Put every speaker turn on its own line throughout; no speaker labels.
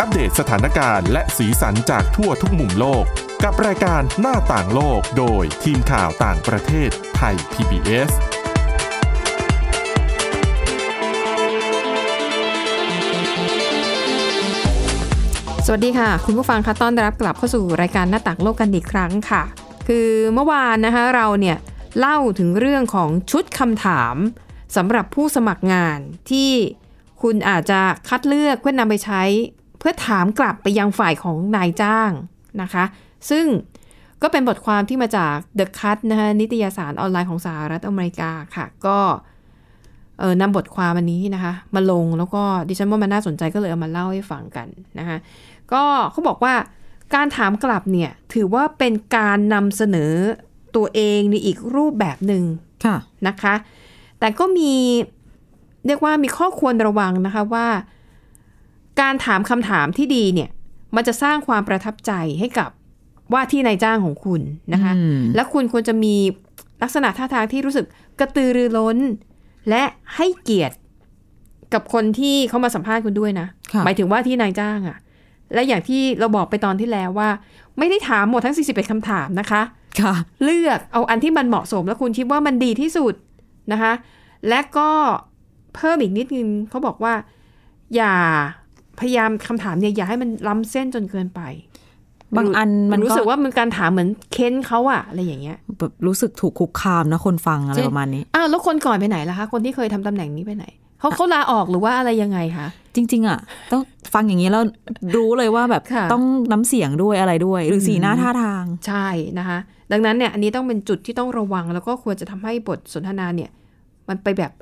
อัปเดตสถานการณ์และสีสันจากทั่วทุกมุมโลก กับรายการหน้าต่างโลกโดยทีมข่าวต่างประเทศไทย PBS
สวัสดีค่ะ คุณผู้ฟังคะต้อนรับกลับเข้าสู่รายการหน้าต่างโลกกันอีกครั้งค่ะ คือเมื่อวานนะคะเราเนี่ยเล่าถึงเรื่องของชุดคำถามสำหรับผู้สมัครงานที่คุณอาจจะคัดเลือกเพื่อนนำไปใช้ เพื่อถามกลับไปยังฝ่ายของนายจ้างนะคะ ซึ่งก็เป็นบทความที่มาจาก The Cut นะคะนิตยสารออนไลน์ของสหรัฐอเมริกาค่ะก็ เออนำบทความอันนี้นะคะ มาลงแล้วก็ดิฉันว่ามันน่าสนใจก็เลยเอามาเล่าให้ฟังกันนะคะก็เขาบอกว่าการถามกลับเนี่ย ถือว่าเป็นการนำเสนอตัวเองในอีกรูปแบบหนึ่ง
ค่ะ
นะคะ แต่ก็มีเรียกว่ามีข้อควรระวังนะคะว่า การถามคำถามที่ดีเนี่ย มันจะสร้างความประทับใจให้กับว่าที่นายจ้างของคุณนะคะ
อืม
และคุณควรจะมีลักษณะท่าทางที่รู้สึกกระตือรือร้น และให้เกียรติกับคนที่เขามาสัมภาษณ์คุณด้วยนะ
ค่ะ
หมายถึงว่าที่นายจ้างอะและอย่างที่เราบอกไปตอนที่แล้วว่า ไม่ได้ถามหมดทั้ง 41คำถามนะคะ
ค่ะ
เลือกเอาอันที่มันเหมาะสมแล้วคุณคิดว่ามันดีที่สุดนะคะ และก็เพิ่มอีกนิดนึงเขาบอกว่า อย่าพยายามคำถามเนี่ยอย่าให้มันล้ำเส้นจนเกินไป
บางอันมัน
รู้
ก็
สึกว่ามันการถามเหมือนเค้นเขาอะอะไรอย่างเงี้ย
แบบรู้สึกถูกคุกคามนะคนฟังอะไรประมาณนี้
อ้าวแล้วคนก่อนไปไหนล่ะคะ คนที่เคยทำตำแหน่งนี้ไปไหนเขาเขาลาออกหรือว่าอะไรยังไงคะ
จริง ๆ อ่ะ ต้องฟังอย่างนี้แล้วรู้เลยว่าแบบ
ค่ะ
ต้องน้ำเสียงด้วยอะไรด้วย หรือสีหน้าท่าทาง
ใช่นะคะ ดังนั้นเนี่ยอันนี้ต้องเป็นจุดที่ต้องระวัง แล้วก็ควรจะทำให้บทสนทนาเนี่ย มันไปแบบ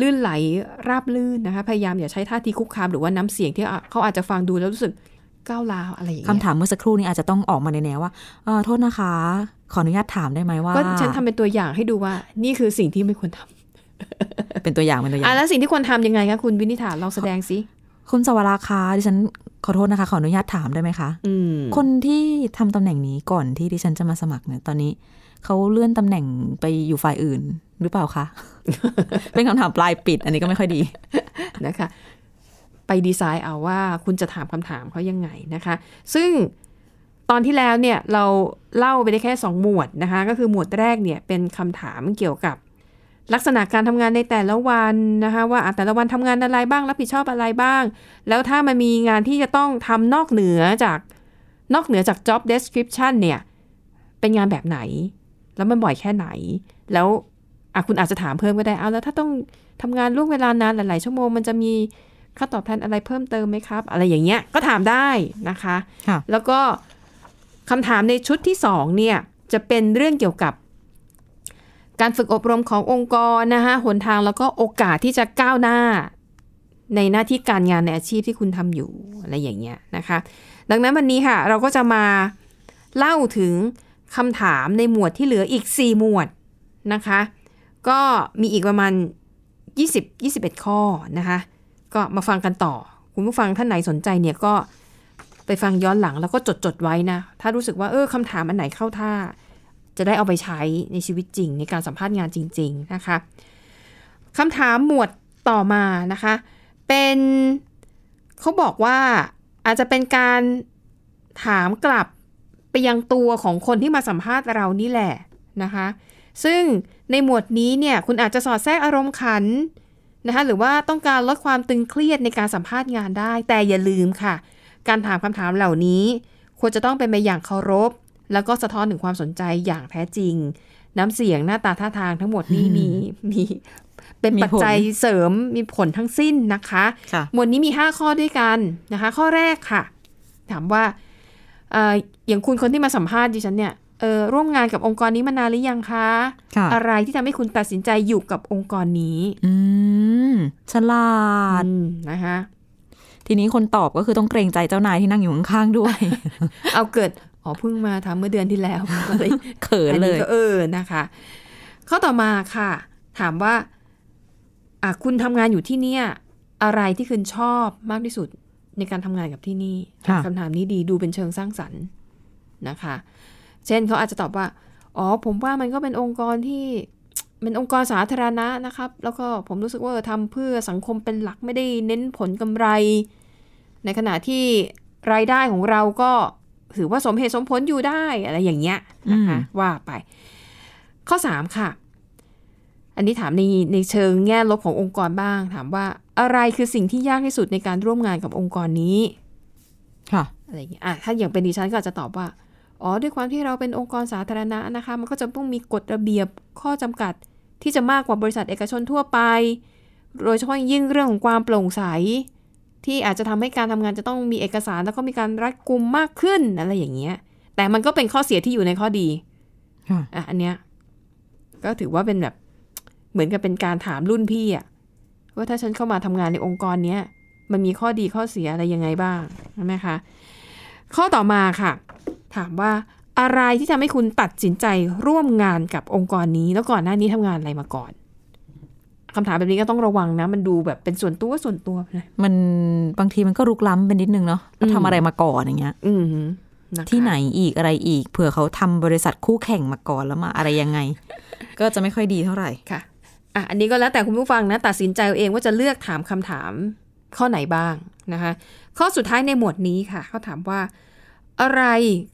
ลื่นไหลราบลื่นนะคะ พยายามอย่าใช้ท่าทีคุกคามหรือว่าน้ำเสียงที่อ่ะเขาอาจจะฟังดูแล้วรู้สึกก้าวร้าวอะไรอย่าง
คำ
เงี้ย
ถามเมื่อสักครู่นี้อาจจะต้องออกมาในแนวว่าเออโทษนะคะ ขออนุญาตถามได้ไหมว่า
ก็ฉันทำเป็นตัวอย่างให้ดูว่า นี่คือสิ่งที่ไม่ควรทำ
เป็นตัวอย่างเป็นตัวอย่า
อ่ะ
ง
แล้วสิ่งที่ควรทำยังไงคะคุณวินิษฐาลองแสดงสิ
คุณสวราคาดิฉันขอโทษนะคะ ขออนุญาตถามได้ไหมคะ
อืม
คนที่ทำตำแหน่งนี้ก่อนที่ดิฉันจะมาสมัครเนี่ยตอนนี้เขาเลื่อนตำแหน่งไปอยู่ฝ่ายอื่นหรือเปล่าคะ เป็นคำถามปลายปิด อันนี้ก็ไม่ค่อยดี
นะคะ ไปดีไซน์เอาว่าคุณจะถามคำถามเขายังไงนะคะ ซึ่งตอนที่แล้วเนี่ยเราเล่าไปได้แค่ 2 หมวดนะคะ ก็คือหมวดแรกเนี่ยเป็นคำถามเกี่ยวกับ ลักษณะการทำงานในแต่ละวันนะคะ ว่าอ่ะแต่ละวันทำงานอะไรบ้างรับผิดชอบอะไรบ้าง แล้วถ้ามันมีงานที่จะต้องทำนอกเหนือจากนอกเหนือจาก job description เนี่ยเป็นงานแบบไหน แล้วมันบ่อยแค่ไหน แล้วอ่ะคุณอาจจะถามเพิ่มก็ได้เอาแล้วถ้าต้องทำงานล่วงเวลานานหลาย ๆ ชั่วโมงมันจะมีค่าตอบแทนอะไรเพิ่มเติมไหมครับ อะไรอย่างเงี้ยก็ถามได้นะคะ
ค่ะ
แล้วก็คำถามในชุดที่สองเนี่ยจะเป็นเรื่องเกี่ยวกับ การฝึกอบรมขององค์กรนะคะหนทางแล้วก็โอกาสที่จะก้าวหน้า ในหน้าที่การงานในอาชีพที่คุณทำอยู่อะไรอย่างเงี้ยนะคะ ดังนั้นวันนี้ค่ะเราก็จะมาเล่าถึงคำถามในหมวดที่เหลืออีก 4 หมวดนะคะ ก็มีอีกประมาณ 20 21 ข้อนะคะ ก็มาฟังกันต่อ คุณผู้ฟังท่านไหนสนใจเนี่ยก็ ไปฟังย้อนหลังแล้วก็จดจดๆไว้นะ ถ้ารู้สึกว่าเออคำถามอันไหนเข้าท่า จะได้เอาไปใช้ในชีวิตจริง ในการสัมภาษณ์งานจริง ๆ นะคะคำถามหมวดต่อมานะคะ เป็นเขาบอกว่าอาจจะเป็นการถามกลับไปยังตัวของคนที่มาสัมภาษณ์เรานี่แหละนะคะ ซึ่งในหมวดนี้เนี่ยคุณอาจจะสอดแทรกอารมณ์ขันนะคะหรือว่าต้องการลดความตึงเครียดในการสัมภาษณ์งานได้ แต่อย่าลืมค่ะ การถามคำถามเหล่านี้ ควรจะต้องเป็นไปอย่างเคารพ แล้วก็สะท้อนถึงความสนใจอย่างแท้จริง น้ำเสียงหน้าตาท่าทางทั้งหมดนี่มีมีเป็น
มีผล
ปัจจัยเสริมมีผลทั้งสิ้นนะคะ
ค่ะ
หมวดนี้มี 5 ข้อด้วยกันนะคะ ข้อแรกค่ะ ถามว่าเอออย่างคุณคนที่มาสัมภาษณ์ดิฉันเนี่ยเออร่วมงานกับองค์กรนี้มานานหรือยังคะ
ค่ะ
อะไรที่ทำให้คุณตัดสินใจอยู่กับองค์กรนี้
อืม ฉลาด
อืมนะคะ
ทีนี้คนตอบก็คือต้องเกรงใจเจ้านายที่นั่งอยู่ข้างๆด้วย
เอาเกิดอ๋อเพิ่งมาทำเมื่อเดือนที่แล้วอะไร
เขิน
อัน
เล
นี้
ย
ก็เออนะคะ ข้อต่อมาค่ะ ถามว่าอ่ะคุณทำงานอยู่ที่เนี่ย อะไรที่คุณชอบมากที่สุดในการทำงานกับที่นี่
ค่ะ
คำถามนี้ดีดูเป็นเชิงสร้างสรรค์นะคะ เช่นเขาอาจจะตอบว่า อ๋อ ผมว่ามันก็เป็นองค์กรที่ เป็นองค์กรสาธารณะนะครับ แล้วก็ผมรู้สึกว่าเออทำเพื่อสังคมเป็นหลักไม่ได้เน้นผลกำไร ในขณะที่ รายได้ของเราก็ถือว่าสมเหตุสมผลอยู่ได้อะไรอย่างเงี้ยนะคะ
อืม
ว่าไป ข้อสามค่ะ อันนี้ถามในในเชิงแง่ลบขององค์กรบ้าง ถามว่าอะไรคือสิ่งที่ยากที่สุดในการร่วมงานกับองค์กรนี้
ค่ะ
อะไรอย่างเงี้ยอ่ะถ้าอย่างเป็นดิฉันก็อาจจะตอบว่า อ๋อ ด้วยความที่เราเป็นองค์กรสาธารณะนะคะ มันก็จะต้องมีกฎระเบียบข้อจำกัดที่จะมากกว่าบริษัทเอกชนทั่วไป โดยเฉพาะอย่างยิ่งเรื่องของความโปร่งใส ที่อาจจะทำให้การทำงานจะต้องมีเอกสารแล้วก็มีการรัดกุมมากขึ้นอะไรอย่างเงี้ย แต่มันก็เป็นข้อเสียที่อยู่ในข้อดี
ค่ะ
อ่ะอันเนี้ยก็ถือว่าเป็นแบบ เหมือนกับเป็นการถามรุ่นพี่อะว่าถ้าฉันเข้ามาทำงานในองค์กรเนี้ยมันมีข้อดีข้อเสียอะไรยังไงบ้างใช่ไหมคะข้อต่อมาค่ะ ถามว่าอะไรที่ทำให้คุณตัดสินใจร่วมงานกับองค์กรนี้แล้วก่อนหน้านี้ทำงานอะไรมาก่อนคำถามแบบนี้ก็ต้องระวังนะ มันดูแบบเป็นส่วนตัวส่วนตัวไปเลย
มันบางทีมันก็รุกล้ำเป็นนิดนึงเนาะ
อืม
ทำอะไรมาก่อนอย่างเงี้ย
อืมนะคะ
ที่ไหนอีกอะไรอีก เผื่อเขาทำบริษัทคู่แข่งมาก่อนแล้วมาอะไร ยังไง ก็จะไม่ค่อยดีเท่าไหร่
ค่ะอ่ะ อันนี้ก็แล้วแต่คุณผู้ฟังนะ ตัดสินใจเอาเองว่าจะเลือกถามคำถาม ข้อไหนบ้างนะคะ ข้อสุดท้ายในหมวดนี้ค่ะ เขาถามว่า อะไร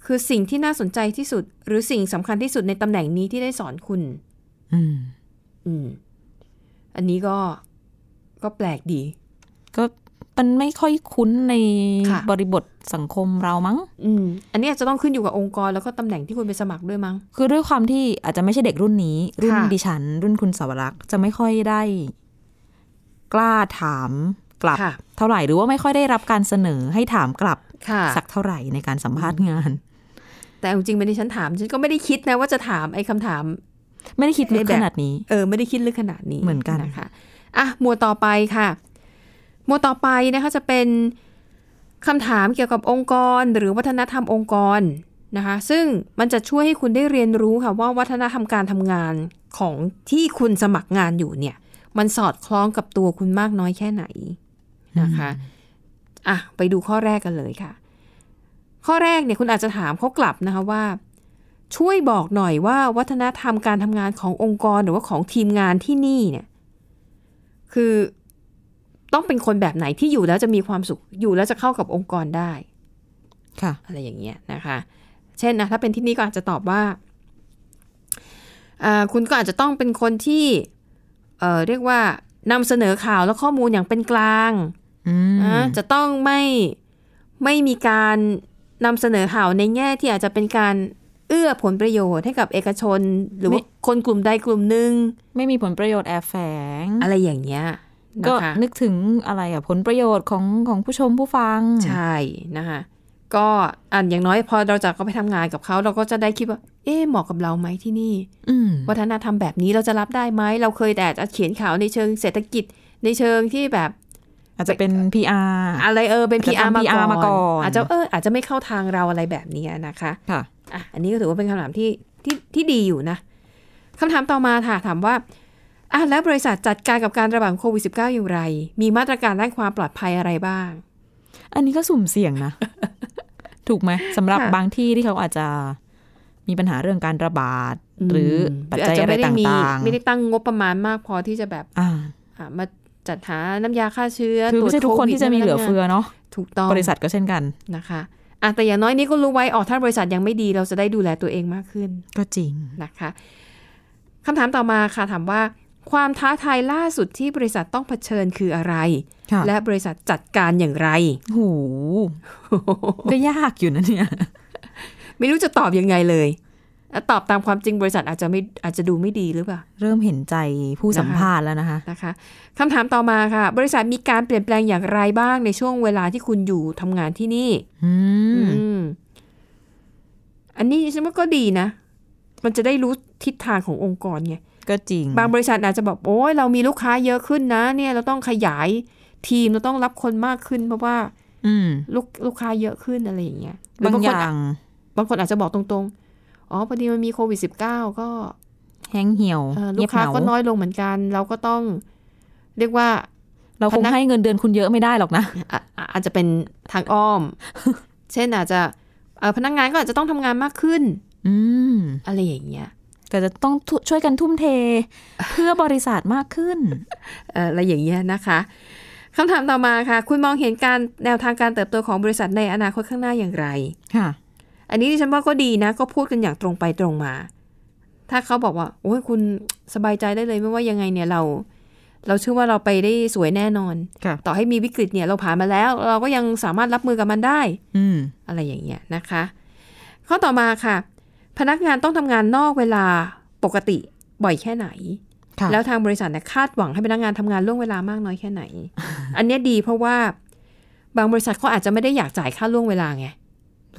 คือสิ่งที่น่าสนใจที่สุด หรือสิ่งสำคัญที่สุดในตำแหน่งนี้ที่ได้สอนคุณ
อืม
อืม อันนี้ก็ก็แปลกดี
ก็มันไม่ค่อยคุ้นใน
ค่ะ
บริบทสังคมเรามั้ง
อืม อันนี้อาจจะต้องขึ้นอยู่กับองค์กรแล้วก็ตำแหน่งที่คุณไปสมัครด้วยมั้ง
คือด้วยความที่อาจจะไม่ใช่เด็กรุ่นนี้ รุ่น
ค่ะ
ดิฉัน รุ่นคุณสาวรักษ์จะไม่ค่อยได้ กล้าถามกลับ
ค่ะ
เท่าไหร่หรือว่าไม่ค่อยได้รับการเสนอให้ถามกลับ
ค่ะ
สักเท่าไหร่ในการสัมภาษณ์งาน
แต่เอาจริงๆเป็นที่ฉันถาม ฉันก็ไม่ได้คิดนะว่าจะถามไอ้คำถาม
ไม่ได้คิดลึก
ไอ้แบ
ข
บ
นาดนี้
เออไม่ได้คิดลึกขนาดนี้
เหมือนกัน
นะคะอ่ะหมวดต่อไปค่ะ หมวดต่อไปนะคะจะเป็นคำถามเกี่ยวกับองค์กรหรือวัฒนธรรมองค์กรนะคะ ซึ่งมันจะช่วยให้คุณได้เรียนรู้ค่ะว่าวัฒนธรรมการทำงานของที่คุณสมัครงานอยู่เนี่ย มันสอดคล้องกับตัวคุณมากน้อยแค่ไหนนะคะอ่ะไปดูข้อแรกกันเลยค่ะ ข้อแรกเนี่ยคุณอาจจะถามเขากลับนะคะว่า ช่วยบอกหน่อยว่าวัฒนธรรมการทำงานขององค์กรหรือว่าของทีมงานที่นี่เนี่ย คือต้องเป็นคนแบบไหนที่อยู่แล้วจะมีความสุขอยู่แล้วจะเข้ากับองค์กรได้
ค่ะ
อะไรอย่างเงี้ยนะคะ เช่นนะถ้าเป็นที่นี่ก็อาจจะตอบว่าอ่าคุณก็อาจจะต้องเป็นคนที่เอ่อเรียกว่านำเสนอข่าวและข้อมูลอย่างเป็นกลาง
อืม
นะจะต้องไม่ไม่มีการนำเสนอข่าวในแง่ที่อาจจะเป็นการเอื้อผลประโยชน์ให้กับเอกชน หรือว่าคนกลุ่มใดกลุ่มหนึ่ง
ไม่มีผลประโยชน์แอบแฝง
อะไรอย่างเงี้ยนะคะ
ก็นึกถึงอะไรอะผลประโยชน์ของของผู้ชมผู้ฟัง
ใช่นะคะก็อันอย่างน้อยพอเราจะก็ไปทำงานกับเขาเราก็จะได้คิดว่า เอ๊ะเหมาะกับเราไหมที่นี่
อืม
วัฒนธรรมแบบนี้เราจะรับได้ไหมเราเคยแต่จะเขียนข่าวในเชิงเศรษฐกิจในเชิงที่แบบ
อาจจะเป็น PR
อะไรเออเป็น
อาจจะ
PR
ทำ PR
มา
มาก่
ก่อ
อน น
อาจจะเอออาจจะไม่เข้าทางเราอะไรแบบนี้นะคะ
ค่ะ
อ่ะอันนี้ก็ถือว่าเป็นคำถามที่ที่ที่ดีอยู่นะคำถามต่อมาค่ะถามว่าอ่ะแล้วบริษัทจัดการกับการระบาดของโควิด -19 อย่างไร มีมาตรการด้านความปลอดภัยอะไรบ้าง
อันนี้ก็สุ่มเสี่ยง นะ ถูกไหมสำหรับ
ค่ะ
บางที่ที่เขาอาจจะมีปัญหาเรื่องการระบาด หรือปัจจัยอะไร
ด้มี
ต่าง
ไม่ได้ตั้งงบประมาณมากพอที่จะแบบ
ๆอ่า
อ่ะมาจัดหาน้ำยาฆ่าเชื้อ
คือไม่ใช่
ตร
ทุ
ว
ก
จ
คน
โวิด
ที่จะมีเหลือเฟือเนาะ
ถูกต้อง
บริษัทก็เช่นกัน
นะคะอ่ะแต่อย่างน้อยนี้ก็รู้ไว้ออกถ้าบริษัทยังไม่ดีเราจะได้ดูแลตัวเองมากขึ้น
ก็จริง
นะคะคำถามต่อมาค่ะถามว่า ความท้าทายล่าสุดที่บริษัทต้องเผชิญคืออะไร
ค่ะ
และบริษัทจัดการอย่างไร
หูก็ยากอยู่นะเนี่ย
ไม่รู้จะตอบยังไงเลยอ่ะตอบตามความจริงบริษัทอาจจะไม่อาจจะดูไม่ดีหรือเปล่า
เริ่มเห็นใจผู้
นะคะ
สัมภาษณ์แล้วนะคะ
นะคะคำถามต่อมาค่ะ บริษัทมีการเปลี่ยนแปลงอย่างไรบ้างในช่วงเวลาที่คุณอยู่ทำงานที่นี่
อืม
อืม อันนี้ฉันว่าก็ดีนะ มันจะได้รู้ทิศทางขององค์กรไง
ก็จริง
บางบริษัทอาจจะแบบโอ้ยเรามีลูกค้าเยอะขึ้นนะ เนี่ยเราต้องขยายทีมเราต้องรับคนมากขึ้น เพราะว่า
อืม
ลูกลูกค้าเยอะขึ้นอะไรอย่างเงี้ยหรื
บาง
คน
อย่าง
บางคนอาจจะบอกตรงๆ อ๋อพอดีมันมีโควิด -19 ก็
แห้งเหี่ยว
เอ่อลู
เงีย
ก
บ
ค้า
เหงา
ก็น้อยลงเหมือนกัน เราก็ต้อง เรียกว่า
เราค
พ
ง
นัก
ให้เงินเดือนคุณเยอะไม่ได้หรอกนะ
อ่ะอ่ะอาจจะเป็นทางอ้อ ม เช่นอาจจะเอ่อพนักงานก็อาจจะต้องทำงานมากขึ้น
อืม
อะไรอย่างเงี้ย
แต่จะต้องทุช่วยกันทุ่มเท เพื่อบริษัทมากขึ้น
เอ่ออะไรอย่างเงี้ยนะคะ คำถามต่อมาค่ะ คุณมองเห็นการแนวทางการเติบโตของบริษัทในอนาคตข้างหน้าอย่างไร
ค่ะ
อันนี้ดิฉันว่าก็ดีนะ ก็พูดกันอย่างตรงไปตรงมา ถ้าเขาบอกว่า โอ้ยคุณสบายใจได้เลยไม่ว่ายังไงเนี่ยเรา เราเชื่อว่าเราไปได้สวยแน่นอน
ค่ะ
ต่อให้มีวิกฤตเนี่ยเราผ่านมาแล้ว เราก็ยังสามารถรับมือกับมันได้
อืม
อะไรอย่างเงี้ยนะคะ ข้อต่อมาค่ะ พนักงานต้องทำงานนอกเวลาปกติบ่อยแค่ไหน
ค่ะ
แล้วทางบริษัทเนี่ยคาดหวังให้พนักงานทำงานล่วงเวลามากน้อยแค่ไหน อันเนี้ยดีเพราะว่าบางบริษัทเขาอาจจะไม่ได้อยากจ่ายค่าล่วงเวลาไง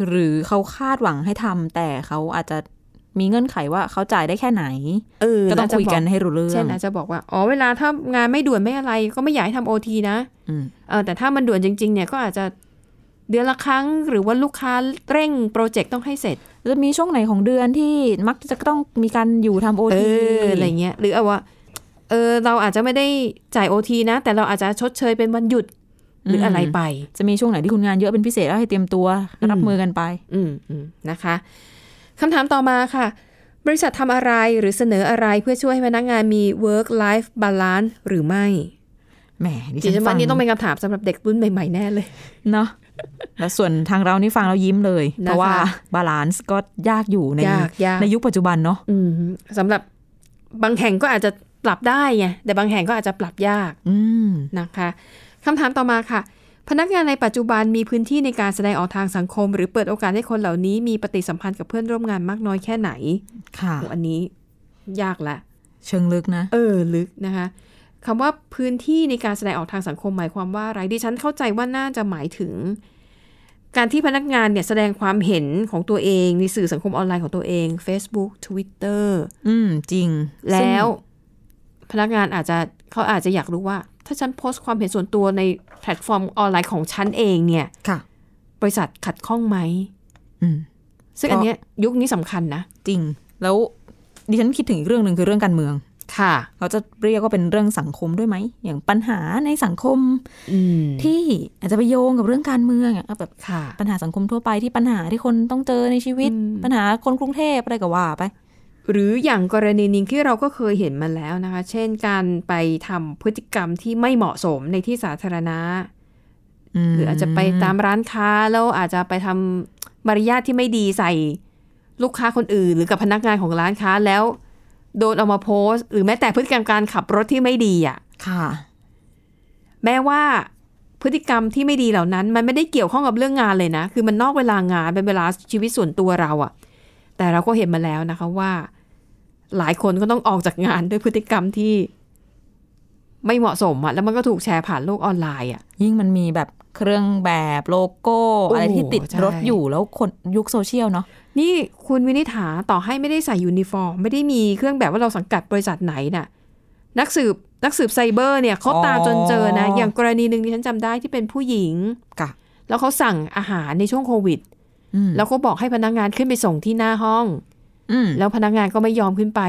หรือเขาคาดหวังให้ทำแต่เขาอาจจะมีเงื่อนไขว่าเขาจ่ายได้แค่ไหน
เออ
ก็ต้องคุยกันให้รู้เรื่อง
เช่นอาจจะบอกว่า อ๋อ เวลาถ้างานไม่ด่วนไม่อะไร ก็ไม่อยากให้ทำโอทีนะ
อืม
เออแต่ถ้ามันด่วนจริง ๆ เนี่ยก็อาจจะเดือนละครั้งหรือว่าลูกค้าเร่งโปรเจกต์ต้องให้เสร็จ
จะมีช่วงไหนของเดือนที่มักจะต้องมีการอยู่ทำโอ
เอ
ที
ออะไรเงี้ยหรือเอาว่าเออเราอาจจะไม่ได้จ่ายโอทีนะ แต่เราอาจจะชดเชยเป็นวันหยุดหรืออะไรไป
จะมีช่วงไหนที่คุณงานเยอะเป็นพิเศษแล้วให้เตรียมตัวรับ
อืม
มือกันไป
อืมอืมนะคะคำถามต่อมาค่ะ บริษัททำอะไรหรือเสนออะไรเพื่อช่วยให้พนักงานมี work life balance หรือไม่
แหมดิ
ดิ
ฉั
ฉัน
นฟั
ว่าง นี่ต้องเป็นคำถามสำหรับเด็กรุ่นใหม่ๆแน่เลย
เนาะแล้วส่วนทางเรานี่ฟังเรายิ้มเลย
นะคะ
เพราะว่าบาลานซ์ก็ยากอยู่ใน
ยากยาก
ในยุคปัจจุบันเนาะ
อืมสำหรับบางแห่งก็อาจจะปรับได้ไงแต่บางแห่งก็อาจจะปรับยาก
อืม
นะคะคำถามต่อมาค่ะ พนักงานในปัจจุบันมีพื้นที่ในการแสดงออกทางสังคม หรือเปิดโอกาสให้คนเหล่านี้มีปฏิสัมพันธ์กับเพื่อนร่วมงานมากน้อยแค่ไหน
ค่ะ
โอ้อันนี้ยากละ
เชิงลึกนะ
เออลึกนะคะคำว่าพื้นที่ในการแสดงออกทางสังคมหมายความว่าอะไรดิฉันเข้าใจว่าน่าจะหมายถึง การที่พนักงานเนี่ยแสดงความเห็นของตัวเองในสื่อสังคมออนไลน์ของตัวเอง Facebook Twitter
อืม จริงซึ่ง
แล้วพนักงานอาจจะเขาอาจจะอยากรู้ว่า ถ้าฉันโพสต์ความเห็นส่วนตัวในแพลตฟอร์มออนไลน์ของฉันเองเนี่ย
ค่ะ
บริษัทขัดข้องไหม
อืม
ซึ่ง
ก็
อันเนี้ยยุคนี้สำคัญนะ
จริง แล้วดิฉันคิดถึงอีกเรื่องหนึ่งคือเรื่องการเมือง
ค่ะ
เขาจะเรียกว่าเป็นเรื่องสังคมด้วยไหม อย่างปัญหาในสังคม
อืม
ที่อาจจะไปโยงกับเรื่องการเมืองอะแบบ
ค่ะ
ปัญหาสังคมทั่วไปที่ปัญหาที่คนต้องเจอในชีวิต
อืม
ปัญหาคนกรุงเทพอะไรก็ว่าไป
หรืออย่างกรณีหนึงที่เราก็เคยเห็นมาแล้วนะคะ เช่นการไปทำพฤติกรรมที่ไม่เหมาะสมในที่สาธารณะ หรืออาจจะไปตามร้านค้าแล้วอาจจะไปทำมารยาทที่ไม่ดีใส่ลูกค้าคนอื่น หรือกับพนักงานของร้านค้าแล้ว โดนเอามาโพสต์ หรือแม้แต่พฤติกรรมการขับรถที่ไม่ดีอ่ะ
ค่ะ
แม้ว่าพฤติกรรมที่ไม่ดีเหล่านั้น มันไม่ได้เกี่ยวข้องกับเรื่องงานเลยนะ คือมันนอกเวลางานเป็นเวลาชีวิตส่วนตัวเราอะแต่เราก็เห็นมาแล้วนะคะว่า หลายคนก็ต้องออกจากงานด้วยพฤติกรรมที่ ไม่เหมาะสมอะแล้วมันก็ถูกแชร์ผ่านโลกออนไลน์อะ
ยิ่งมันมีแบบเครื่องแบบโลโก้
โอ้
อะไรที่ติด
ใช่
รถอยู่แล้วคนยุคโซเชียลเนาะ
นี่คุณวินิษฐาต่อให้ไม่ได้ใส่ยูนิฟอร์ม ไม่ได้มีเครื่องแบบว่าเราสังกัดบริษัทไหนน่ะ นักสืบนักสืบไซเบอร์เนี่ยเขาตามจนเจอนะ อย่างกรณีหนึ่งที่ฉันจำได้ที่เป็นผู้หญิง
ค่ะ
แล้วเขาสั่งอาหารในช่วงโควิด
อืม
แล้วก็บอกให้พนักงานขึ้นไปส่งที่หน้าห้อง
อืม
แล้วพนักงานก็ไม่ยอมขึ้นไป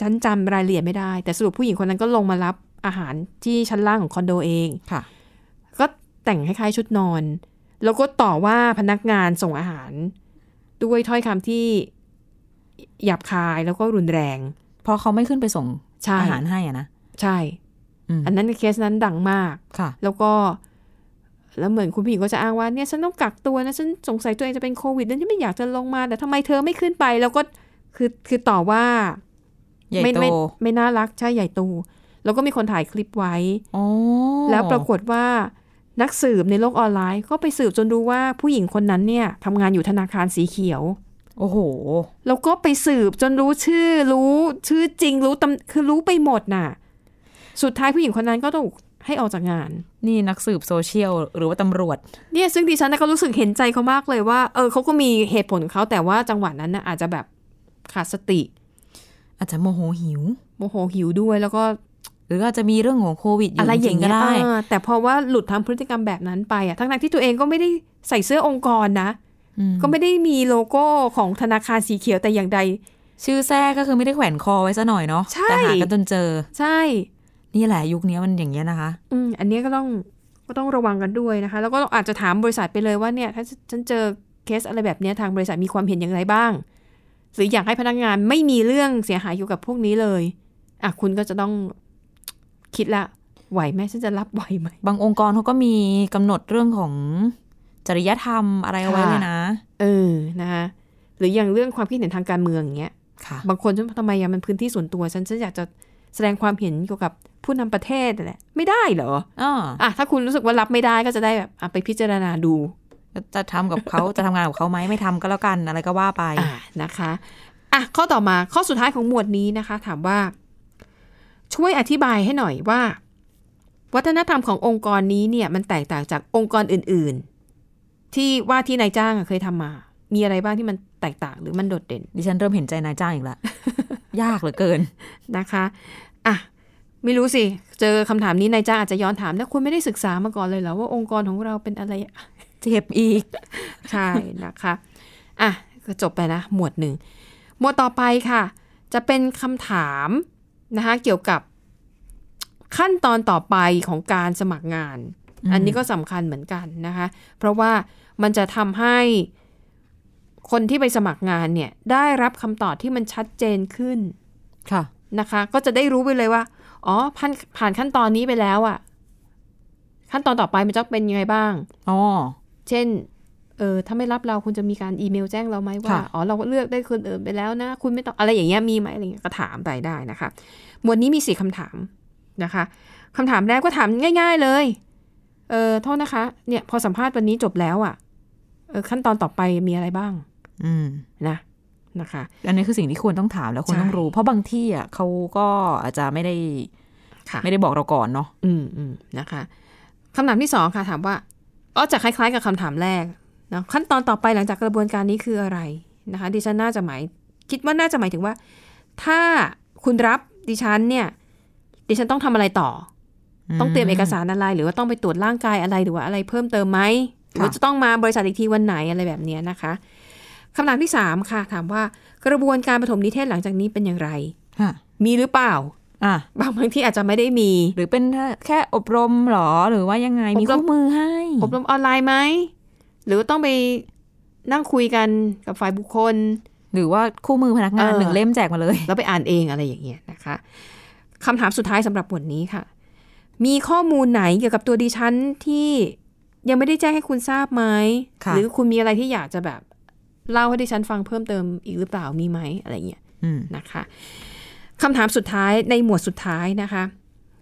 ฉันจำรายละเอียดไม่ได้ แต่สรุปผู้หญิงคนนั้นก็ลงมารับอาหารที่ชั้นล่างของคอนโดเอง
ค่ะ
ก็แต่งคล้ายๆชุดนอน แล้วก็ต่อว่าพนักงานส่งอาหาร ด้วยถ้อยคำที่หยาบคายแล้วก็รุนแรง
เพราะเขาไม่ขึ้นไปส่ง
ใช่
อาหารให้อะนะ
ใช่
อืม
อันนั้นเคสนั้นดังมาก
ค่ะ
แล้วก็แล้วเหมือนคุณผู้หญิงก็จะอ้างว่าเนี่ยฉันต้องกักตัวนะฉันสงสัยตัวเองจะเป็นโควิดแล้วฉันไม่อยากจะลงมาแต่ทำไมเธอไม่ขึ้นไป แล้วก็คือคือต่อว่า
ใหญ่
ไม่
โต
ไม่ไม่น่ารักใช่ใหญ่โตแล้วก็มีคนถ่ายคลิปไว้
อ๋อ
แล้วปรากฏว่านักสืบในโลกออนไลน์ ก็ไปสืบจนรู้ว่าผู้หญิงคนนั้นเนี่ยทำงานอยู่ธนาคารสีเขียว
โอ้โห
แล้วก็ไปสืบจนรู้ชื่อ รู้ชื่อจริงรู้ตำคือรู้ไปหมดน่ะ สุดท้ายผู้หญิงคนนั้นก็ถูกให้ออกจากงาน
นี่นักสืบโซเชียลหรือว่าตำรวจ
เนี่ยซึ่งดิฉันน่ะก็รู้สึกเห็นใจเขามากเลยว่าเออเขาก็มีเหตุผลของเขาแต่ว่าจังหวะนั้นน่ะอาจจะแบบขาดสติ
อาจจะโมโหหิว
โมโหหิวด้วย แล้วก็
หรืออาจจะมีเรื่องของโควิดอยู่
อะไร
จ
อ
ริ
ย่าง
งๆก็
เงี้ย
ได้
เออแต่เพราะว่าหลุดทำพฤติกรรมแบบนั้นไปอ่ะทั้งๆที่ตัวเองก็ไม่ได้ใส่เสื้อองค์กรนะ
อืม
ก็ไม่ได้มีโลโก้ของธนาคารสีเขียวแต่อย่างใด
ชื่อแท้ก็คือไม่ได้แขวนคอไว้ซะหน่อยเนาะ
ใช่
แต่หากันจนเจอ
ใช่
นี่แหละยุคนี้มันอย่างเงี้ยนะคะ
อืมอันเนี้ยก็ต้องก็ต้องระวังกันด้วยนะคะ แล้วก็อาจจะถามบริษัทไปเลยว่าเนี่ย ถ้าฉันเจอเคสอะไรแบบเนี้ยทางบริษัทมีความเห็นอย่างไรบ้าง หรืออยากให้พนักงานไม่มีเรื่องเสียหายเกี่ยวกับพวกนี้เลยอ่ะคุณก็จะต้องคิดละ ไหวไหมฉันจะรับไหวไหม
บางองค์กรเขาก็มีกำหนดเรื่องของจริยธรรมอะไรเอาไว้
ค่ะ
เลยนะ
เออนะคะหรืออย่างเรื่องความคิดเห็นทางการเมืองอย่างเงี้ย
ค่ะ
บางคนฉันทำไมยังมันพื้นที่ส่วนตัว ฉันฉันอยากจะแสดงความเห็นเกี่ยวกับผู้นำประเทศนั่นแหละไม่ได้เหรอ
อ่า
อ่ะถ้าคุณรู้สึกว่ารับไม่ได้ก็จะได้แบบอ่ะไปพิจารณาดู
จะทำกับเขา จะทำงานกับเขาไหมไม่ทำก็แล้วกันอะไรก็ว่าไป
อ่ะนะคะอ่ะข้อต่อมาข้อสุดท้ายของหมวดนี้นะคะ ถามว่า ช่วยอธิบายให้หน่อยว่า วัฒนธรรมขององค์กรนี้เนี่ย มันแตกต่างจากองค์กรอื่น ๆ ที่ว่าที่นายจ้างอะเคยทำมา มีอะไรบ้างที่มันแตกต่างหรือมันโดดเด่น
ดิฉันเริ่มเห็นใจนายจ้างอีกแล้ว ยากเหลือเกิน
นะคะอ่ะไม่รู้สิ เจอคำถามนี้นายจ้างอาจจะย้อนถามแล้วคุณไม่ได้ศึกษามาก่อนเลยเหรอว่าองค์กรของเราเป็นอะไร
เจ็บอีก
ใช่นะคะอ่ะก็จบไปนะ หมวดหนึ่ง หมวดต่อไปค่ะ จะเป็นคำถามนะคะเกี่ยวกับขั้นตอนต่อไปของการสมัครงาน
อืม
อันนี้ก็สำคัญเหมือนกันนะคะ เพราะว่ามันจะทำให้คนที่ไปสมัครงานเนี่ยได้รับคำตอบที่มันชัดเจนขึ้น
ค่ะ
นะคะก็จะได้รู้ไปเลยว่า อ๋อผ่านผ่านขั้นตอนนี้ไปแล้วอะ่ะ ขั้นตอนต่อไปมันจะเป็นยังไงบ้าง
อ๋อ
เช่น เออถ้าไม่รับเราคุณจะมีการอีเมลแจ้งเราไหมว่า
ค่ะ
อ๋อเราเลือกได้คนอื่นไปแล้วนะ คุณไม่ต้องอะไรอย่างเงี้ยมีไหมอะไรเงี้ยก็ถามไปได้นะคะ หมวดนี้มีสี่คำถามนะคะคำถามแรกก็ถามง่าย ๆเลย เออโทษนะคะ เนี่ย พอสัมภาษณ์วันนี้จบแล้วอะ่ะ เออขั้นตอนต่อไปมีอะไรบ้าง
อืม
นะนะคะ
อันนี้คือสิ่งที่ควรต้องถามแล้วควร
ใช่
ต้องรู้ เพราะบางที่อ่ะเขาก็อาจจะไม่ได้
ค่ะ
ไม่ได้บอกเราก่อนเนาะ
อืมอืมนะคะคำถามที่สองค่ะถามว่าก็จะคล้ายๆ กับคำถามแรกนะขั้นตอนต่อไปหลังจากกระบวนการนี้คืออะไรนะคะดิฉันน่าจะหมายคิดว่าน่าจะหมายถึงว่า ถ้าคุณรับดิฉันเนี่ยดิฉันต้องทำอะไรต่ออต้องเตรียมเอกสารอะไร หรือว่าต้องไปตรวจร่างกายอะไรหรือว่าอะไรเพิ่มเติมไหมหรือว่า
ค่ะ
จะต้องมาบริษัทอีกทีวันไหนอะไรแบบเนี้ยนะคะคำถามที่สามค่ะ ถามว่ากระบวนการปฐมนิเทศหลังจากนี้เป็นอย่างไร
ค่ะ
มีหรือเปล่า
อ่ะ
บางบางที่อาจจะไม่ได้มี
หรือเป็นแค่อบรมเหรอ หรือว่ายังไง มี
อบร
คู่
ม
มือให้
อบรมออนไลน์ไหม หรือต้องไปนั่งคุยกันกับฝ่ายบุคคล
หรือว่าคู่มือพนักงาน
เออ
หนึ่งเล่มแจกมาเลย
แล้วไปอ่านเองอะไรอย่างเงี้ยนะคะคำถามสุดท้ายสำหรับบทนี้ค่ะ มีข้อมูลไหนเกี่ยวกับตัวดิฉันที่ยังไม่ได้แจ้งให้คุณทราบไหม
ค่ะ
หรือคุณมีอะไรที่อยากจะแบบเล่าให้ดิฉันฟังเพิ่มเติมอีกหรือเปล่ามีไหมอะไรอย่างเงี้ย
อืม
นะคะคำถามสุดท้ายในหมวดสุดท้ายนะคะ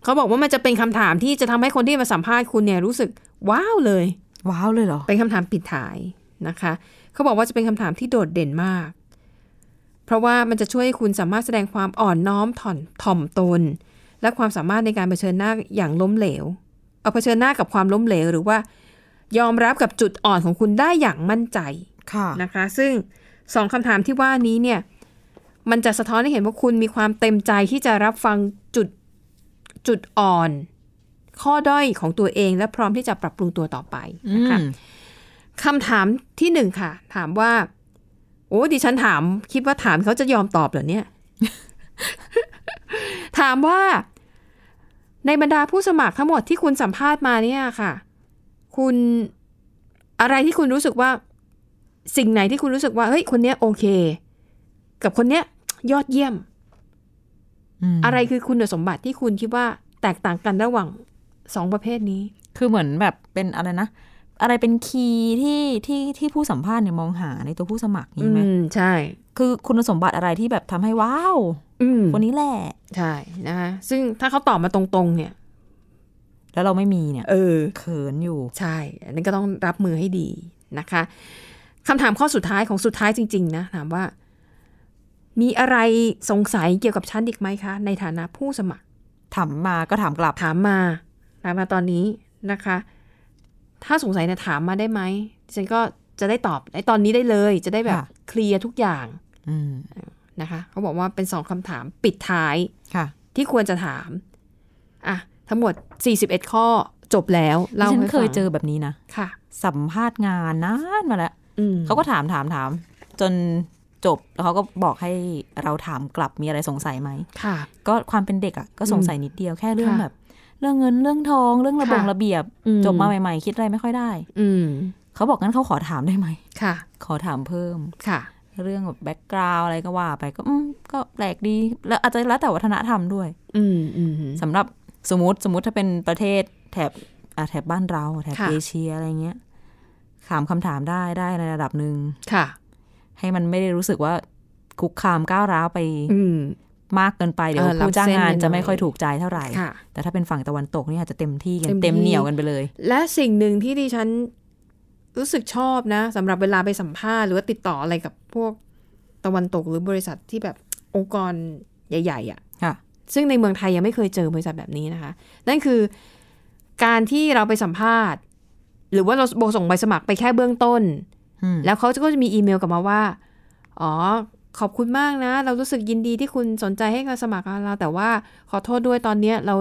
เขาบอกว่ามันจะเป็นคำถามที่จะทำให้คนที่มาสัมภาษณ์คุณเนี่ยรู้สึกว้าวเลย
ว้าวเลยเหรอ
เป็นคำถามปิดท้ายนะคะ เขาบอกว่าจะเป็นคำถามที่โดดเด่นมาก เพราะว่ามันจะช่วยให้คุณสามารถแสดงความอ่อนน้อมถ่อนถ่อมตน และความสามารถในการเผชิญหน้าอย่างล้มเหลว เอาเผชิญหน้ากับความล้มเหลว หรือว่ายอมรับกับจุดอ่อนของคุณได้อย่างมั่นใจ
ค่ะ
นะคะ ซึ่งสองคำถามที่ว่านี้เนี่ย มันจะสะท้อนให้เห็นว่าคุณมีความเต็มใจที่จะรับฟังจุดจุดอ่อน ข้อด้อยของตัวเอง และพร้อมที่จะปรับปรุงตัวต่อไป
อื
นะคะ
ม
คำถามที่หนึ่งค่ะ ถามว่า โอ้ดิฉันถาม คิดว่าถามเขาจะยอมตอบเหรอเนี่ย ถามว่า ในบรรดาผู้สมัครทั้งหมดที่คุณสัมภาษณ์มาเนี่ยค่ะ คุณอะไรที่คุณรู้สึกว่า สิ่งไหนที่คุณรู้สึกว่าเฮ้ยคนเนี้ยโอเค กับคนเนี้ย ยอดเยี่ยม
ม
อะไรคือคุณสมบัติที่คุณคิดว่าแตกต่างกันระหว่างสองประเภทนี้
คือเหมือนแบบเป็นอะไรนะ อะไรเป็นคีย์ที่ที่ที่ผู้สัมภาษณ์เนี่ยมองหาในตัวผู้สมัคร
อื
นี่ไหม
มใช่
คือคุณสมบัติอะไรที่แบบทำให้ว้าว
อืม
คนนี้แหละ
ใช่นะคะซึ่งถ้าเขาตอบมาตรงๆ เนี่ย
แล้วเราไม่มีเนี่ย
เออ
เขินอยู่
ใช่ อันนี้ก็ต้องรับมือให้ดีนะคะคำถามข้อสุดท้ายของสุดท้ายจริง ๆ นะ ถามว่า มีอะไรสงสัยเกี่ยวกับฉันอีกไหมคะ ในฐานะผู้สมัคร
ถามมาก็ถามกลับ
ถามมาถามมาตอนนี้นะคะ ถ้าสงสัยเนี่ยถามมาได้ไหมดิฉันก็จะได้ตอบในตอนนี้ได้เลย จะได้แบบ
ค่ะ
เคลียร์ทุกอย่าง
อืม
นะคะ เขาบอกว่าเป็นสองคำถามปิดท้าย
ค่ะ
ที่ควรจะถามอ่ะทั้งหมด 41 ข้อจบแล้ว
ดิ
เล่า
ฉัน
ให้
เคยเจ
ฟัง
อแบบนี้นะ
ค่ะ
สัมภาษณ์งานนานมาแล้ว
อืม
เขาก็ถามถามถาม จนจบแล้วเขาก็บอกให้เราถามกลับมีอะไรสงสัยไหม
ค่ะ
ก็ความเป็นเด็กอะ่ะก็สงสัยนิดเดียวแค่เรื่อง
ค่ะ
แบบ เรื่องเงินเรื่องทองเรื่องระบง
ค่ะ
ระเบียบ
อื
จบมาใหม่ๆ คิดอะไรไม่ค่อยได้
อืม
เขาบอกงั้นเขาขอถามได้ไหม
ค่ะ
ขอถามเพิ่ม
ค่ะ
เรื่องแบบแบ็กกราวอะไรก็ว่าไปก็อืมก็แปลกดี แล้วอาจจะแล้วแต่วัฒนธรรมด้วย
อืมอืม
สำหรับ สมมติสมมติถ้าเป็นประเทศแถบอ่ะแถบบ้านเราแถบ
ค่ะ
เอเชียอะไรเงี้ยถามคำถามได้ได้ในระดับหนึ่ง
ค่ะ
ให้มันไม่ได้รู้สึกว่าคุกคามก้าวร้าวไป
อืม
มากเกินไป เดี๋ยว
เออ
ผู้จ้างงาน
ล้ำเส้นไปห
จะ
น่อย
ไม่ค่อยถูกใจเท่าไหร่
ค่ะ
แต่ถ้าเป็นฝั่งตะวันตกเนี่ยอาจจะเต็มที่กัน
เต็ม
เต็ม
ที่
เหนียวกันไปเลย
และสิ่งหนึ่งที่ดิฉันรู้สึกชอบนะสำหรับเวลาไปสัมภาษณ์หรือว่าติดต่ออะไรกับพวกตะวันตกหรือบริษัทที่แบบองค์กรใหญ่ ๆอะ่ะ
ค่ะ
ซึ่งในเมืองไทยยังไม่เคยเจอบริษัทแบบนี้นะคะ นั่นคือการที่เราไปสัมภาษณ์ หรือว่าเราส่งใบสมัครไปแค่เบื้องต้น
อืม
แล้วเขาก็จะมีอีเมลกลับมาว่า อ๋อ ขอบคุณมากนะ เรารู้สึกยินดีที่คุณสนใจให้การสมัครเรา แต่ว่าขอโทษด้วยตอนเนี้ยเรา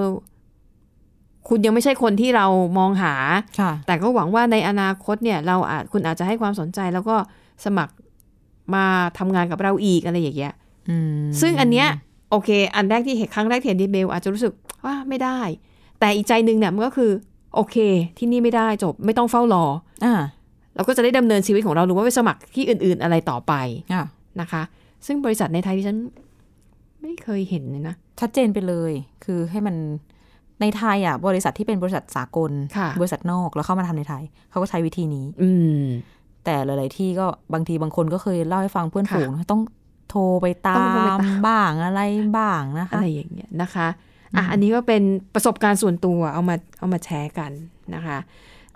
คุณยังไม่ใช่คนที่เรามองหา
ค่ะ
แต่ก็หวังว่าในอนาคตเนี่ย เราอาจคุณอาจจะให้ความสนใจแล้วก็สมัครมาทำงานกับเราอีกอะไรอย่างเงี้ย
อืม
ซึ่งอันเนี้ยโอเค อันแรกที่เห็นครั้งแรกที่เห็นดีเมลอาจจะรู้สึกว่าไม่ได้ แต่อีกใจหนึ่งเนี่ยมันก็คือ โอเค ที่นี่ไม่ได้จบ ไม่ต้องเฝ้ารอ
อ่า
เราก็จะได้ดำเนินชีวิตของเราหรือว่าไปสมัครที่อื่น ๆ อะไรต่อไป
ค่ะ
นะคะ ซึ่งบริษัทในไทยที่ฉันไม่เคยเห็นเลยนะ
ชัดเจนไปเลย คือให้มันในไทยอ่ะ บริษัทที่เป็นบริษัทสากล
ค่ะ
บริษัทนอกแล้วเข้ามาทำในไทย เขาก็ใช้วิธีนี้
อืม
แต่หลาย ๆ ที่ก็บางทีบางคนก็เคยเล่าให้ฟังเพื่อน
ค่ะ
ฝูงนะต้องโทรไปตา
ต้องโทรไป
ม
ตาม
บ้างอะไรบ้างนะ
อะ
คะ
ไรอย่างเงี้ยนะคะอ่ะอันนี้ก็เป็นประสบการณ์ส่วนตัวเอามาเอามาแชร์กันนะคะ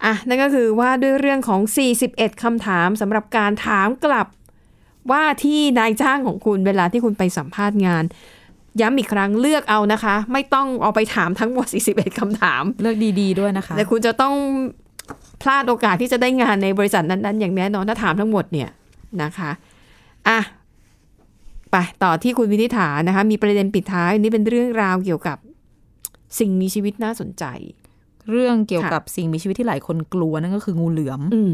อ่ะนั่นก็คือว่าด้วยเรื่องของ 41คำถามสำหรับการถามกลับว่าที่นายจ้างของคุณเวลาที่คุณไปสัมภาษณ์งาน ย้ำอีกครั้งเลือกเอานะคะ ไม่ต้องเอาไปถามทั้งหมด 41คำถาม
เลือกดี ๆ ด้วยนะคะ
แต่คุณจะต้องพลาดโอกาสที่จะได้งานในบริษัทนั้นๆ อย่างแน่นอนถ้าถามทั้งหมดเนี่ยนะคะอ่ะไปต่อที่คุณวินิษฐานะคะ มีประเด็นปิดท้ายอันนี้เป็นเรื่องราวเกี่ยวกับสิ่งมีชีวิตน่าสนใจ
เรื่องเกี่ยว
ค่ะ
กับสิ่งมีชีวิตที่หลายคนกลัวนั่นก็คืองูเหลือม
อืม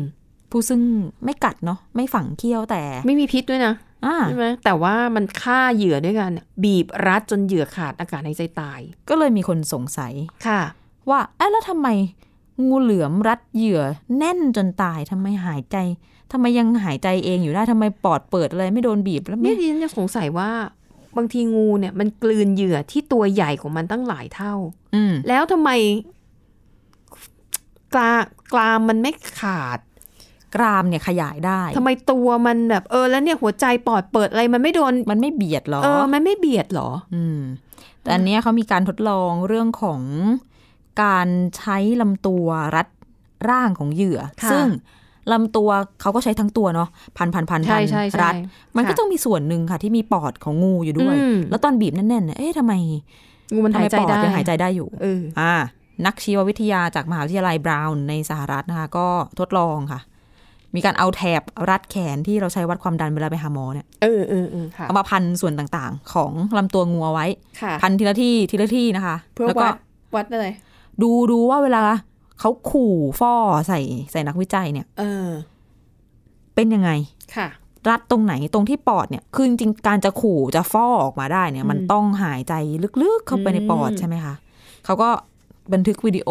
ผู้ซึ่งไม่กัดเนาะไม่ฝังเขี้ยวแต่
ไม่มีพิษด้วยนะ
อ่า
ใช่ไหมแต่ว่ามันฆ่าเหยื่อด้วยกัน บีบรัดจนเหยื่อขาดอากาศหายใจตาย
ก็เลยมีคนสงสัย
ค่ะ
ว่าเอ๊ะแล้วทำไมงูเหลือมรัดเหยื่อแน่นจนตายทำไมหายใจทำไมยังหายใจเองอยู่ได้ทำไมปอดเปิดอะไรไม่โดนบีบแล้วไม่
นี่ดิฉันยังสงสัยว่าบางทีงูเนี่ยมันกลืนเหยื่อที่ตัวใหญ่ของมันตั้งหลายเท่า
อืม
แล้วทำไมกลากลามมันไม่ขาด
กรามเนี่ยขยายได้
ทำไมตัวมันแบบเออแล้วเนี่ยหัวใจปอดเปิดอะไรมันไม่โดน
มันไม่เบียดหรอ
เออมันไม่เบียดเหรอ
อืมแต่อันเนี้ยเขามีการทดลองเรื่องของการใช้ลำตัวรัดร่างของเหยื่อ
ค่ะ
ซึ่งลำตัวเขาก็ใช้ทั้งตัวเนาะพันพันพันพันรัด มันก็ต้องมีส่วนหนึ่งค่ะ ที่มีปอดของงูอยู่ด้วย
อืม
แล้วตอนบีบแน่นๆเนี่ยเอ๊ะทำไม
งูมัน
ทำ
หา
ไม
ยใจ
ปอด
ได้
ยังหายใจได้อยู่
เออ
อ่า นักชีววิทยาจากมหาวิทยาลัยบราวน์ในสหรัฐนะคะ ก็ทดลองค่ะ มีการเอาแถบรัดแขนที่เราใช้วัดความดันเวลาไปหาหมอเนี่ย
เออเออเออค่ะ
เอามาพันส่วนต่างๆ ของลำตัวงูเอาไว้
ค่ะ
พันทีละที่ทีละที่นะคะ
เพื่อ
แล้วก็
วัดวัดอะไร
ดูดูว่าเวลาเขาขู่ฟ่อใส่ใส่นักวิจัยเนี่ย
เออ
เป็นยังไง
ค่ะ
รัดตรงไหนตรงที่ปอดเนี่ยคือจริงๆการจะขู่จะฟ่อออกมาได้เนี่ย มัน
อืม
ต้องหายใจลึกๆเข้าไปในปอด
อืม
ใช่ไหมคะเขาก็บันทึกวิดีโอ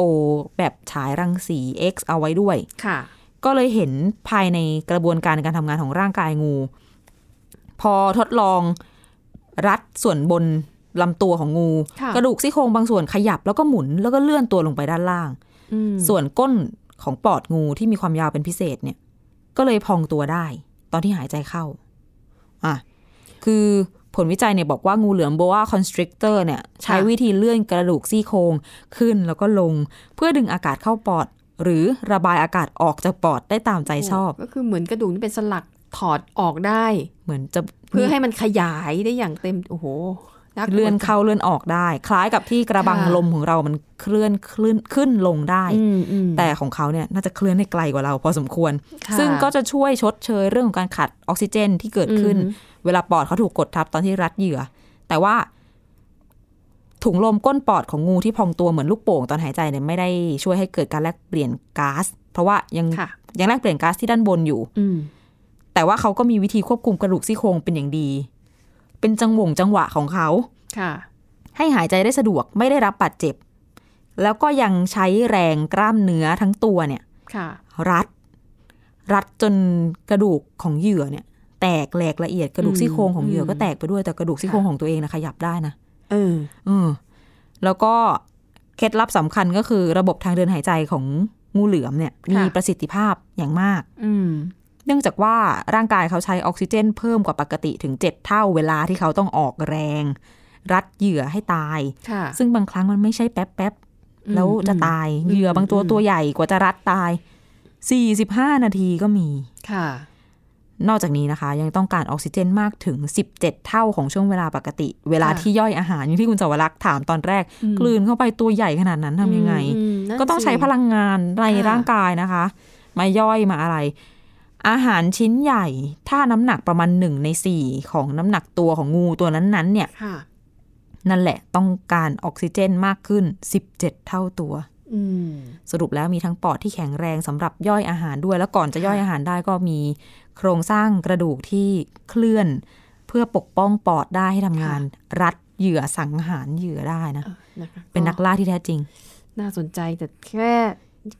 แบบฉายรังสี X เอาไว้ด้วย
ค่ะ
ก็เลยเห็นภายในกระบวนการการทำงานของร่างกายงู พอทดลองรัดส่วนบนลำตัวของงู
ค่ะ
กระดูกซี่โครงบางส่วนขยับแล้วก็หมุนแล้วก็เลื่อนตัวลงไปด้านล่าง
อืม
ส่วนก้นของปอดงูที่มีความยาวเป็นพิเศษเนี่ย ก็เลยพองตัวได้ ตอนที่หายใจเข้า อ่ะ คือผลวิจัยเนี่ยบอกว่างูเหลือมโบ a constrictor เนี่ย ใช้วิธีเลื่อนกระดูกซี่โครงขึ้นแล้วก็ลง เพื่อดึงอากาศเข้าปอด หรือระบายอากาศออกจากปอดได้ตามใจชอบ
ก็คือเหมือนกระดูกนี่เป็นสลักถอดออกได้
เหมือนจะ
เพื่อให้มันขยายได้อย่างเต็มโอ้โหากลัว
เลื่อนเข้าเลื่อนออกได้ คล้ายกับที่กระบัง
ค่ะ
ลมของเรามันเคลื่อนคลื่นขึ้นลงได้
อืมอืม
แต่ของเขาเนี่ยน่าจะเคลื่อนได้ไกลกว่าเราพอสมควร
ค่ะ
ซึ่งก็จะช่วยชดเชยเรื่องของการขาดออกซิเจนที่เกิดขึ้น
อือหื
เวลาปอดเขาถูกกดทับตอนที่รัดเหยื่อ แต่ว่า ถุงลมก้นปอดของงูที่พองตัวเหมือนลูกโป่งตอนหายใจเนี่ยไม่ได้ช่วยให้เกิดการแลกเปลี่ยนก๊าซเพราะว่ายัง
ค่ะ
ยังแลกเปลี่ยนก๊าซที่ด้านบนอยู่
อืม
แต่ว่าเขาก็มีวิธีควบคุมกระดูกซี่โครงเป็นอย่างดี เป็นจังหวงจังหวะของเขา
ค่ะ
ให้หายใจได้สะดวกไม่ได้รับบาดเจ็บ แล้วก็ยังใช้แรงกล้ามเนื้อทั้งตัวเนี่ย
ค่ะ
รัด รัดจนกระดูกของเหยื่อเนี่ย แตกแหลกละเอียดกระดูก
อืม
ซี่โครงของเหยื่ออ
ม
ก็แตกไปด้วยแต่กระดูกซี่โครงของตัวเองนะขยับได้นะ
เออ
เออแล้วก็ เคล็ดลับสำคัญก็คือระบบทางเดินหายใจของงูเหลือมเนี่ยมี
ค่ะ
ประสิทธิภาพอย่างมาก
อืม
เนื่องจากว่าร่างกายเขาใช้ออกซิเจนเพิ่มกว่าปกติถึง 7 เท่าเวลาที่เขาต้องออกแรง รัดเหยื่อให้ตาย
ค่ะ
ซึ่งบางครั้งมันไม่ใช่แป๊บแป๊บๆแล้วจะตาย
อืม
เหยื่ออ
ม
บางตัว
อืม
ตัวใหญ่กว่าจะรัดตาย 45 นาทีก็มี
ค่ะ
นอกจากนี้นะคะ ยังต้องการออกซิเจนมากถึง 17 เท่าของช่วงเวลาปกติ เวลา
ค่ะ
ที่ย่อยอาหารอย่างที่คุณสาวรักษ์ถามตอนแรก กลืนเข้าไปตัวใหญ่ขนาดนั้นทำยังไง
อืมนั่น
ก็ต้องใช้
สิ
พลังงานใน
ค่ะ
ร่างกายนะคะ มาย่อยมาอะไร อาหารชิ้นใหญ่ ถ้าน้ำหนักประมาณหนึ่งในสี่ของน้ำหนักตัวของงูตัวนั้นๆเนี่ย
ค่ะ
นั่นแหละต้องการออกซิเจนมากขึ้น 17 เท่าตัว
อืม
สรุปแล้วมีทั้งปอดที่แข็งแรงสำหรับย่อยอาหารด้วย แล้วก่อนจะย่อยอาหารได้ก็มีโครงสร้างกระดูกที่เคลื่อน เพื่อปกป้องปอดได้ให้ทำงาน รัดเหยื่อสังหารเหยื่อได้นะ
นะคะ
เป็นนักล่าที่แท้จริง
น่าสนใจแต่แค่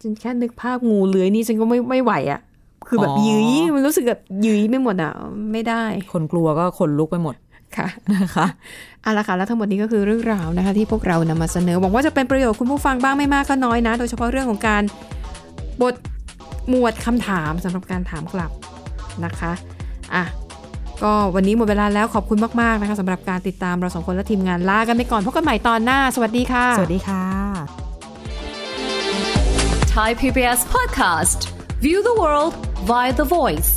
ฉันแค่นึกภาพงูเลื้อยนี่ฉันก็ไม่ไม่ไหวอะ่ะ คือแบบ
อ๋อ
ยืยมันรู้สึกแบบยืยไม่หมดอะ่ะ ไม่ได้
คนกลัวก็ขนลุกไปหมด
ค่ะ
นะคะ
เอาละค่ะ แล้วทั้งหมดนี้ก็คือเรื่องราวนะคะ ที่พวกเรานำมาเสนอหวังว่าจะเป็นประโยชน์คุณผู้ฟังบ้างไม่มากก็น้อยนะ โดยเฉพาะเรื่องของการบทหมวดคำถามสำหรับการถามกลับนะคะอ่ะก็วันนี้หมดเวลาแล้วขอบคุณมากๆนะคะสำหรับการติดตามเราสองคนและทีมงานลากันไปก่อนพบกันใหม่ตอนหน้า สวัสดีค่ะ
สวัสดีค่ะ
Thai PBS podcast. View the world via the voice.